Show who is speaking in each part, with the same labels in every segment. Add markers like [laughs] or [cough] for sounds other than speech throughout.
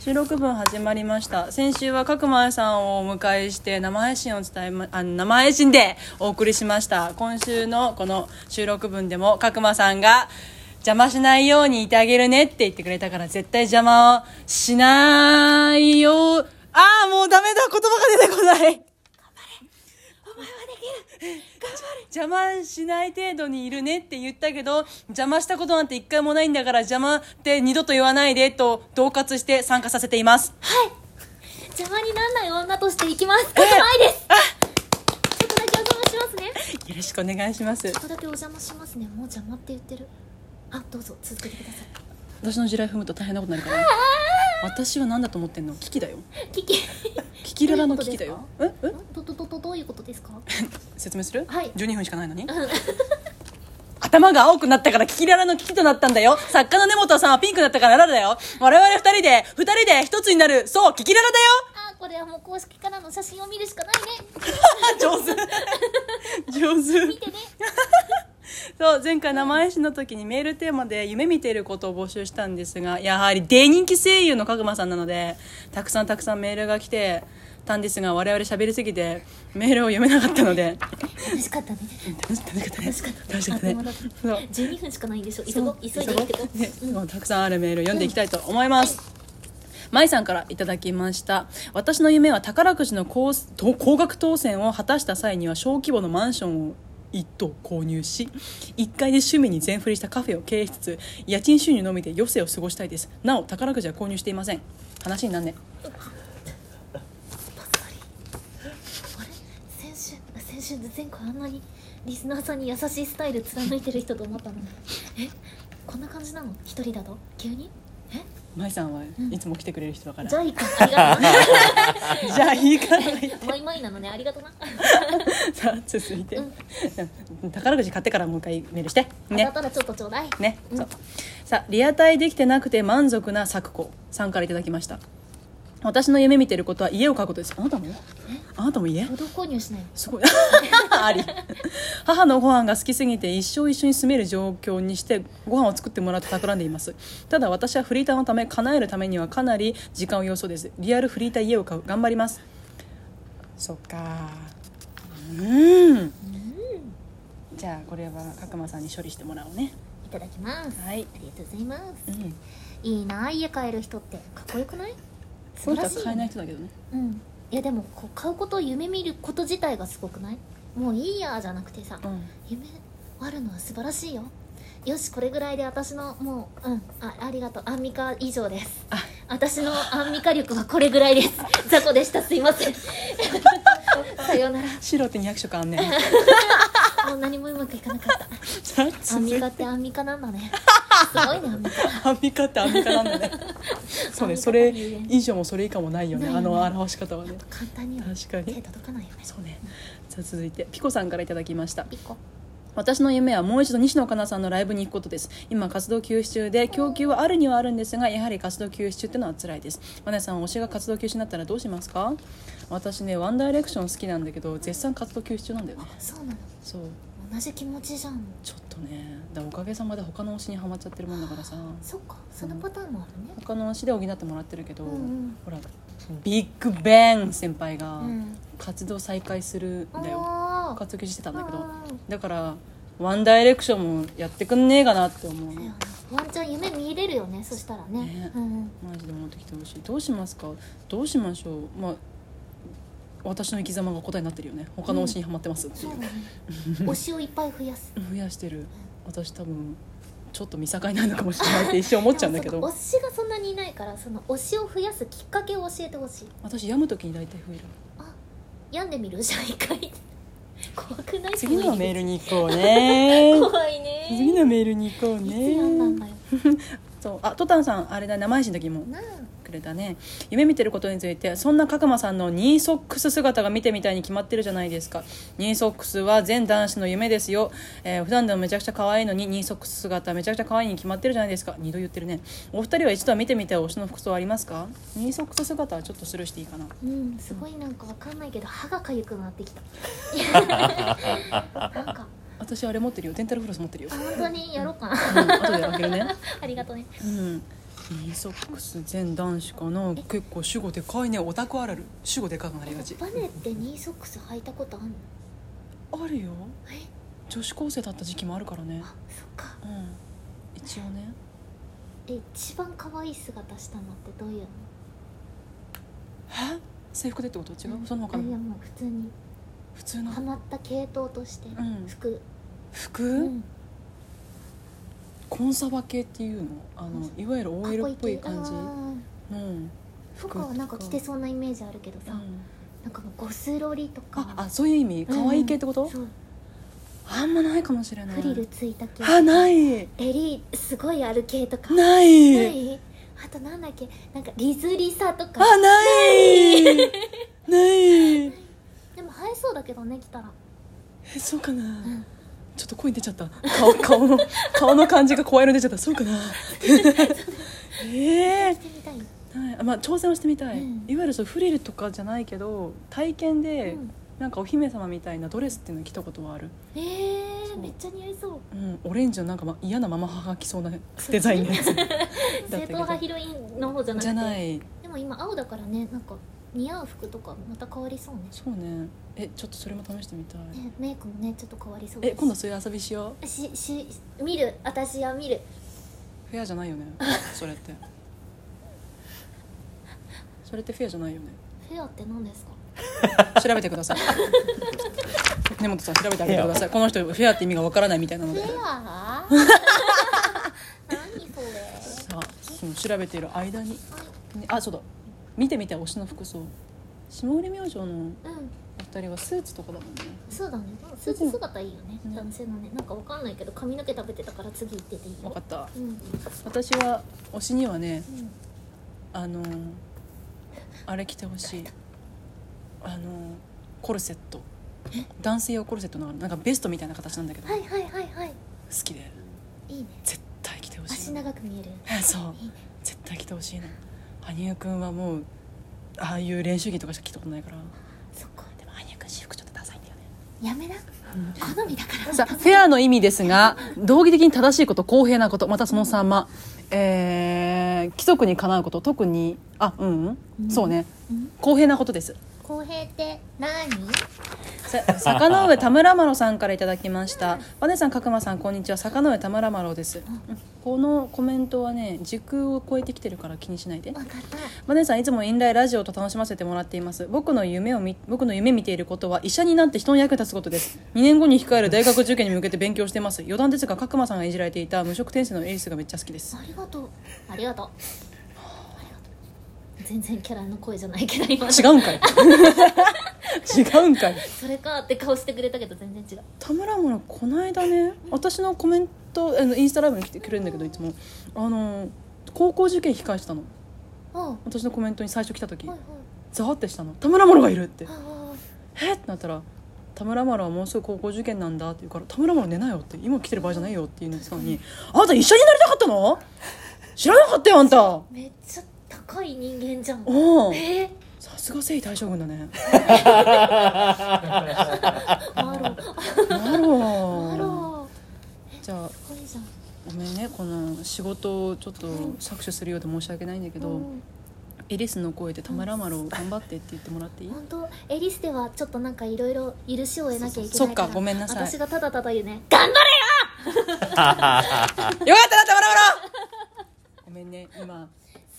Speaker 1: 収録分始まりました先週は角間さんをお迎えして生配信を伝え、ま、あ生配信でお送りしました今週のこの収録分でも角間さんが邪魔しないようにいてあげるねって言ってくれたから絶対邪魔をしないようああもうダメだ言葉が出てこない [laughs] 邪魔しない程度にいるねって言ったけど邪魔したことなんて一回もないんだから邪魔って二度と言わないでと恫喝して参加させています
Speaker 2: 邪魔にならない女としていきます。ことないです。ちょっとだけお邪魔しますね。
Speaker 1: よろしくお願いします
Speaker 2: ちょっとだけお邪魔しますね。もう邪魔って言ってる。あ、どうぞ続けてください。
Speaker 1: 私の地雷踏むと大変なことになるからね私は何だと思ってんの危機だよ
Speaker 2: キキ。
Speaker 1: キキララの危機だよええ
Speaker 2: どどどどどういうことですか？
Speaker 1: 説明する、
Speaker 2: はい
Speaker 1: 12分しかないのに頭が青くなったからキキララの危機となったんだよ作家の根本さんはピンクだったからララだよ我々二人で二人で一つになるそうキキララだよ
Speaker 2: あ、これはもう公式からの写真を見るしかないね。
Speaker 1: あ上手上手
Speaker 2: 見 [laughs] てね。
Speaker 1: そう前回生配信の時にメールテーマで夢見ていることを募集したんですがやはり大人気声優の角間さんなのでたくさんたくさんメールが来てたんですが我々喋りすぎてメールを読めなかったの
Speaker 2: [laughs]
Speaker 1: で
Speaker 2: 楽しかったね。
Speaker 1: 楽しかったね
Speaker 2: 楽しかった。
Speaker 1: 楽しかったね
Speaker 2: あっという間
Speaker 1: そ
Speaker 2: だ
Speaker 1: う
Speaker 2: った12分しかないんでしょ。急ごう急いで行ってこう。
Speaker 1: ねもうたくさんあるメール読んでいきたいと思います、まいさんからいただきました私の夢は宝くじの高と高額当選を果たした際には小規模のマンションを一棟購入し1階で趣味に全振りしたカフェを経営しつつ家賃収入のみで余生を過ごしたいですなお宝くじは購入していません話になんね
Speaker 2: バッサリあれ先週あ先週前回あんなにリスナーさんに優しいスタイル貫いてる人と思ったのにえこんな感じなの一人だと急にえ
Speaker 1: まいさんはいつも来てくれる人だから、
Speaker 2: じゃあいいかありがと
Speaker 1: [laughs] じゃあいいかな
Speaker 2: うなマイマイなのねありがとうな
Speaker 1: さあ続いて、 [laughs] 宝くじ買ってからもう一回メールして
Speaker 2: 当
Speaker 1: ね
Speaker 2: たったらちょっとちょうだい
Speaker 1: ね、
Speaker 2: うん
Speaker 1: そうさあリアタイできてなくて満足な咲子さんからいただきました私の夢見てることは家を買うことですあなたもあなたも家
Speaker 2: 共同購入しないの
Speaker 1: すごい [laughs] あり母のご飯が好きすぎて一生一緒に住める状況にしてご飯を作ってもらうと企んでいますただ私はフリーターのため叶えるためにはかなり時間を要そうですリアルフリーター家を買う頑張りますそっかうんじゃあこれは角間さんに処理してもらおうね
Speaker 2: いただきますあ
Speaker 1: はい、
Speaker 2: りがとうございます
Speaker 1: うん
Speaker 2: いいな家買える人ってかっこよくない素
Speaker 1: この
Speaker 2: 晴
Speaker 1: 人は
Speaker 2: らしいよね
Speaker 1: 買えない人だけどね
Speaker 2: うんいやでもこう買うことを夢見ること自体がすごくないもういいやじゃなくてさ、
Speaker 1: うん
Speaker 2: 夢あるのは素晴らしいよよしこれぐらいで私のもううんあありがとうアンミカ以上です
Speaker 1: あ
Speaker 2: 私のアンミカ力はこれぐらい
Speaker 1: [laughs]
Speaker 2: です雑魚でしたすいませんさようなら
Speaker 1: 白って200色あん [laughs] ねん
Speaker 2: もう何もうまくいかなか
Speaker 1: [laughs]
Speaker 2: っ
Speaker 1: さあ
Speaker 2: たアン
Speaker 1: 続
Speaker 2: ミ
Speaker 1: いて
Speaker 2: カってアンミカなんだねすごいねアンミカ
Speaker 1: アンミカってアンミカなんだね [laughs] そうねそれ以上もそれ以下もないよね
Speaker 2: ない
Speaker 1: あ
Speaker 2: よね
Speaker 1: の表し方はね
Speaker 2: 簡単には
Speaker 1: 確か
Speaker 2: 手
Speaker 1: に
Speaker 2: 届かないよね
Speaker 1: そうねさあ続いてピコさんからいただきました
Speaker 2: ピコ
Speaker 1: 私の夢はもう一度西野カナさんのライブに行くことです今活動休止中で供給はあるにはあるんですがやはり活動休止中ってのは辛いですマネさん推しが活動休止になったらどうしますか私ねワンダイレクション好きなんだけど絶賛活動休止中なんだよね
Speaker 2: そうなの
Speaker 1: そう
Speaker 2: 同じ気持ちじゃん
Speaker 1: ちょっとねだからおかげさまで他の推しにはまっちゃってるもんだからさ
Speaker 2: そっかそのパターンもあるね
Speaker 1: 他の推しで補ってもらってるけど、
Speaker 2: うんうん
Speaker 1: ほらビッグバン先輩が
Speaker 2: うん
Speaker 1: 活動再開するんだよ、
Speaker 2: おー
Speaker 1: 活動休止してたんだけ
Speaker 2: う
Speaker 1: ど
Speaker 2: んうん
Speaker 1: だからワンダイレクションもやってくんねえかなって思う、
Speaker 2: だよねワンちゃん夢見れるよねそしたらね
Speaker 1: ね
Speaker 2: うんうん、
Speaker 1: マジで持ってきてほしいどうしますかどうしましょうまあ私の生き様が答えになってるよね他の推しにはまってますってい
Speaker 2: そう
Speaker 1: う
Speaker 2: だね推しをいっぱい増やす
Speaker 1: 増やしてる私多分ちょっと見境ないのかもしれないって一瞬思っちゃうんだけ
Speaker 2: でも
Speaker 1: ど
Speaker 2: [laughs] その推しがそんなにいないからその推しを増やすきっかけを教えてほしい
Speaker 1: 私病む時に大体増える
Speaker 2: あ病んでみるじゃあ一回 [laughs] 怖くない
Speaker 1: 次のメー
Speaker 2: ル
Speaker 1: ルに行こうね
Speaker 2: 怖いね
Speaker 1: 次のメールに行こう
Speaker 2: いつやんだんだ
Speaker 1: ね
Speaker 2: よ
Speaker 1: そうあトタンさんあれだ生配信の時も
Speaker 2: なあ
Speaker 1: くれたね夢見てることについてそんな角間さんのニーソックス姿が見てみたいに決まってるじゃないですかニーソックスは全男子の夢ですよ、えー普段でもめちゃくちゃ可愛いのにニーソックス姿めちゃくちゃ可愛いに決まってるじゃないですか二度言ってるねお二人は一度は見てみたい推しの服装ありますかニーソックス姿はちょっとスルーしていいかな
Speaker 2: うんすごいなんかわかんないけど歯がかゆくなってきた
Speaker 1: [laughs]
Speaker 2: なんか
Speaker 1: 私あ [laughs] れ持ってるよデンタルフロス持ってるよ、
Speaker 2: 本当にやろうかな [laughs]
Speaker 1: うん、後で開けるね
Speaker 2: ありがとうね
Speaker 1: うん E ソックス全男子かな結構主語でかいねオタクあるある主語でかくなりがち
Speaker 2: バネってニーソックス履いたことあんの
Speaker 1: あるよ
Speaker 2: え
Speaker 1: 女子高生だった時期もあるからね
Speaker 2: あそっか
Speaker 1: うん一応ね
Speaker 2: え一番可愛い姿したのってどういうの
Speaker 1: え制服でってこと違う、
Speaker 2: ん
Speaker 1: その他
Speaker 2: あいや
Speaker 1: の
Speaker 2: もう普通に
Speaker 1: 普通の
Speaker 2: ハマった系統として
Speaker 1: うん
Speaker 2: 服、
Speaker 1: 服、
Speaker 2: うん
Speaker 1: コンサバ系っていうのあ
Speaker 2: コン
Speaker 1: の
Speaker 2: サ
Speaker 1: いわゆる
Speaker 2: か
Speaker 1: OL っぽい
Speaker 2: 系
Speaker 1: 感じ
Speaker 2: あー
Speaker 1: うん
Speaker 2: とかはなんか着てそうなイメージあるけどさ、
Speaker 1: うん
Speaker 2: なんかもうゴスロリとか
Speaker 1: ああそういう意味可愛い系ってこと、
Speaker 2: うんそう
Speaker 1: あんまないかもしれない
Speaker 2: フリルついた系
Speaker 1: あない
Speaker 2: 襟すごいある系とか
Speaker 1: ない
Speaker 2: ないあとなんだっけなんかリズリサとか
Speaker 1: あないない
Speaker 2: でも生えそうだけどね着たら
Speaker 1: えそうかな、
Speaker 2: ん
Speaker 1: ちょっと声出ちゃった顔顔の顔の感じが怖いの出ちゃったそうか
Speaker 2: [laughs]
Speaker 1: なええ
Speaker 2: 着てみたいよ
Speaker 1: はい、まあ挑戦はしてみたい、
Speaker 2: うん
Speaker 1: いわゆるそうフリルとかじゃないけど体験で、
Speaker 2: うん
Speaker 1: なんかお姫様みたいなドレスっていうの着たことはある、
Speaker 2: え
Speaker 1: そ
Speaker 2: ー、
Speaker 1: う
Speaker 2: めっちゃ似合いそ
Speaker 1: う
Speaker 2: う
Speaker 1: ん、オレンジのなんかま嫌なまま母が着そうなデザインのやつだった
Speaker 2: 正
Speaker 1: けど
Speaker 2: 統派ヒロインの方じゃなくて
Speaker 1: じゃない
Speaker 2: でも今青だからねなんか似合う服とかまた変わりそうね
Speaker 1: そうねえちょっとそれも試してみたい、
Speaker 2: ねメイクもねちょっと変わりそう
Speaker 1: え今度
Speaker 2: し
Speaker 1: そういう遊びしよ
Speaker 2: しし見る私は見る
Speaker 1: うフェアじゃないよねそれ
Speaker 2: [laughs]
Speaker 1: ってそれってフェアじゃないよね
Speaker 2: フェアって何ですか
Speaker 1: 調べてください根本さん調べてあげてくださいこの人フェアって意味がわからないみたいなの
Speaker 2: フ
Speaker 1: で
Speaker 2: ェ [laughs] ア何それ
Speaker 1: さあその調べている間に、ねあそうだ見てみて推しの服装下売り明星の
Speaker 2: うん
Speaker 1: お二人はスーツとかだもんね
Speaker 2: そうだねスーツ姿いいよね
Speaker 1: うん
Speaker 2: 男性のねなんかわかんないけど髪の毛食べてたから次行ってていい
Speaker 1: 分か
Speaker 2: よ
Speaker 1: った
Speaker 2: うんうん
Speaker 1: 私は推しにはねあのーあれ着てほしいあのーコルセット男性用コルセットのなんかベストみたいな形なんだけど、
Speaker 2: は
Speaker 1: 好
Speaker 2: いはいはいはい
Speaker 1: きで
Speaker 2: いいね
Speaker 1: 絶対着てほし
Speaker 2: 足
Speaker 1: い
Speaker 2: 長く見える
Speaker 1: え [laughs] そう
Speaker 2: いいね
Speaker 1: 絶対着てほしいの羽生くんはもうああいう練習着とかしか着たことないから
Speaker 2: そっか
Speaker 1: でも羽生くん私服ちょっとダサいんだよね
Speaker 2: やめな好みだから
Speaker 1: さあフェアの意味ですが道義的に正しいこと公平なことまたその3ま、えー、規則にかなうこと特にあうん、
Speaker 2: うん
Speaker 1: そうね
Speaker 2: うん
Speaker 1: 公平なことです
Speaker 2: 公平って何
Speaker 1: [laughs] さ坂の上田村麻呂さんからいただきましたバネさん角間さんこんにちは坂の上田村麻呂ですうんこのコメントはね時空を超えてきてるから気にしないで
Speaker 2: わかった
Speaker 1: マネさんいつもインライラジオと楽しませてもらっています僕の夢をみ僕の夢見ていることは医者になって人に役立つことです2年後に控える大学受験に向けて勉強してます余談ですが角間さんがいじられていた無職転生のエリスがめっちゃ好きです
Speaker 2: ありがとうありがとうありがとう全然キャラの声じゃないけど今の
Speaker 1: 違うんかい [laughs] 違うんかい
Speaker 2: それかって顔してくれたけど全然違う
Speaker 1: 田村もこの間ね私のコメントあのインスタライブに来てくれるんだけどいつもあの高校受験控えしてたの
Speaker 2: あは
Speaker 1: 私のコメントに最初来た時
Speaker 2: いはい
Speaker 1: ザワってしたの田村もがいるって
Speaker 2: ああ
Speaker 1: えってなったら「田村麻呂はもうすぐ高校受験なんだ」って言うから「田村麻呂寝なよ」って「今来てる場合じゃないよ」っていうのにのに「あなた一緒になりたかったの知らなかったよあんた
Speaker 2: めっちゃ高い人間じゃん
Speaker 1: おお
Speaker 2: えー
Speaker 1: さすが征夷大将軍だね
Speaker 2: マロ
Speaker 1: な
Speaker 2: マ
Speaker 1: ろ
Speaker 2: ロ
Speaker 1: じゃあ
Speaker 2: すごいじゃん
Speaker 1: ごめんねこの仕事をちょっと搾取するようで申し訳ないんだけど、
Speaker 2: うん
Speaker 1: エリスの声で「田村麻呂頑張って」って言ってもらっていい
Speaker 2: 本当エリスではちょっとなんかいろいろ許しを得なきゃいけないから
Speaker 1: そっかごめんなさい
Speaker 2: 私がただただ言うね頑張れ
Speaker 1: よかったな田村麻呂ごめんね今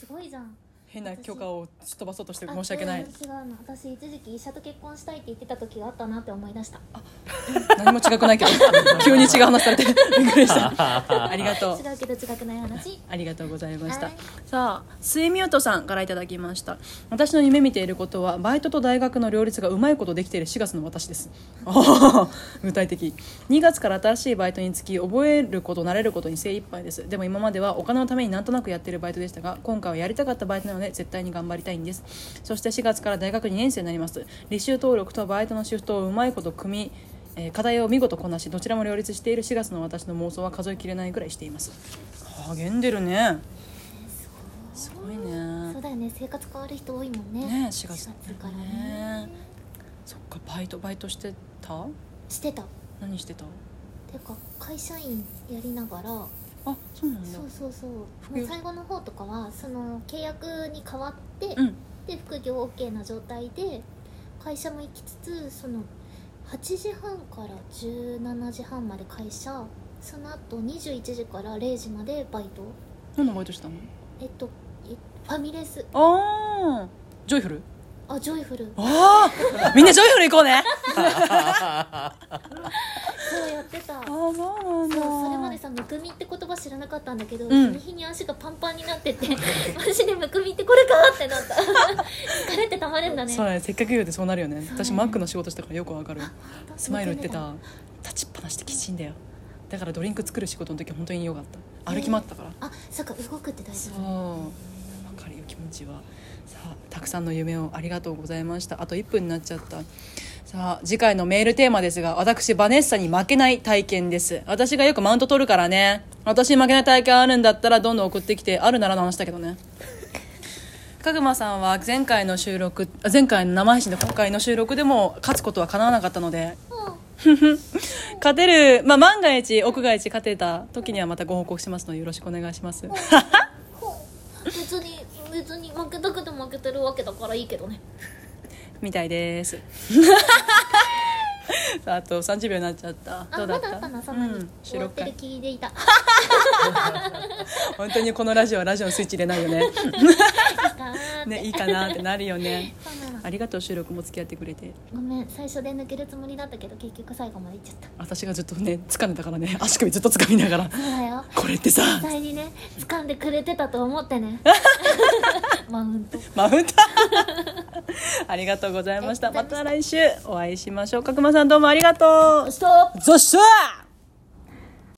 Speaker 2: すごいじゃん
Speaker 1: 変な許可をすっ飛ばそうとして申し訳な
Speaker 2: あ
Speaker 1: い
Speaker 2: 違うの私一時期医者と結婚したいって言ってた時があったなって思い出した
Speaker 1: 何も違くないけど急に違う話されてびっくりしたありがとう
Speaker 2: 違うけど違くない話
Speaker 1: ありがとうございました、
Speaker 2: はい
Speaker 1: さあスイミュートさんからいただきました私の夢見ていることはバイトと大学の両立がうまいことできている4月の私ですああ具体的2月から新しいバイトにつき覚えること慣れることに精一杯ですでも今まではお金のためになんとなくやっているバイトでしたが今回はやりたかったバイトなので絶対に頑張りたいんですそして4月から大学2年生になります履修登録とバイトのシフトをうまいこと組みえー課題を見事こなしどちらも両立している4月の私の妄想は数えきれないぐらいしています励んでるねすごい
Speaker 2: そう
Speaker 1: ね
Speaker 2: だよね生活変わる人多いもんね
Speaker 1: ね4月
Speaker 2: 四
Speaker 1: だ
Speaker 2: 月から
Speaker 1: ね
Speaker 2: ね
Speaker 1: そっかバイトバイトしてた
Speaker 2: してたて
Speaker 1: 何してた
Speaker 2: か会社員やりながら
Speaker 1: あそうなんだ
Speaker 2: そうそうそう
Speaker 1: 副
Speaker 2: も
Speaker 1: 業
Speaker 2: う最後の方とかはその契約に変わって、
Speaker 1: うん
Speaker 2: で副業 OK な状態で会社も行きつつその8時半から17時半まで会社その後21時から0時までバイト
Speaker 1: 何のバイトしたの
Speaker 2: えっとえファミレス
Speaker 1: ああジョイフル
Speaker 2: あジョイフル
Speaker 1: ああみんなジョイフル行こうね
Speaker 2: そうやってた
Speaker 1: あーそうなんだ
Speaker 2: そうそれまでさむくみって言葉知らなかったんだけど、
Speaker 1: ん
Speaker 2: 日に日に足がパンパンになってて [laughs] マジでむくみってこれかってなった [laughs] 疲れてたまるんだね
Speaker 1: そうだねせっかく言うてそうなるよね
Speaker 2: そうだね
Speaker 1: 私マックの仕事したからよくわかる
Speaker 2: 当
Speaker 1: スマイル言ってた立ちっぱなしってきちいんだよだからドリンク作る仕事の時は本当によかった歩き回ったから、
Speaker 2: あそっか動くって大事
Speaker 1: そ
Speaker 2: だ
Speaker 1: うわかるよ気持ちはさあたくさんの夢をありがとうございましたあと1分になっちゃったさあ次回のメールテーマですが私バネッサに負けない体験です私がよくマウント取るからね私に負けない体験あるんだったらどんどん送ってきてあるならの話だけどねかぐまさんは前回の収録あ前回の生配信の国会の収録でも勝つことは叶わなかったので
Speaker 2: うん
Speaker 1: 勝てる、まあ、万が一屋外一勝てた時にはまたご報告しますのでよろしくお願いします
Speaker 2: 別に別に負けたくて負けてるわけだからいいけどね
Speaker 1: みたい
Speaker 2: [laughs]
Speaker 1: です。あと30秒になっちゃった。
Speaker 2: あ
Speaker 1: どうだ
Speaker 2: ま
Speaker 1: った？
Speaker 2: だあったなそんなに、
Speaker 1: うん収
Speaker 2: 終わっ
Speaker 1: 録
Speaker 2: てる
Speaker 1: 会。
Speaker 2: 気でいた [laughs]
Speaker 1: 本当にこのラジオはラジオのスイッチ入れないよ
Speaker 2: [laughs]
Speaker 1: ね。
Speaker 2: ね
Speaker 1: [laughs] ねいいかなってなるよね。
Speaker 2: そうなの
Speaker 1: ありがとう収録も付き合ってくれて。
Speaker 2: ごめん最初で抜けるつもりだったけど結局最後までいっちゃった
Speaker 1: 私がずっとね疲れたからね足首ずっと掴みながら
Speaker 2: そう
Speaker 1: [laughs]
Speaker 2: だよ
Speaker 1: これってさ
Speaker 2: 実際にね掴んでくれてたと思って
Speaker 1: [laughs]
Speaker 2: ねマウント
Speaker 1: マウント
Speaker 2: [laughs]
Speaker 1: ありがとうございました。
Speaker 2: ありが
Speaker 1: ま
Speaker 2: とうござ
Speaker 1: た
Speaker 2: いま
Speaker 1: 来週お会いしましょう。角間さんどうもありがとう。
Speaker 2: ストップ
Speaker 1: そした。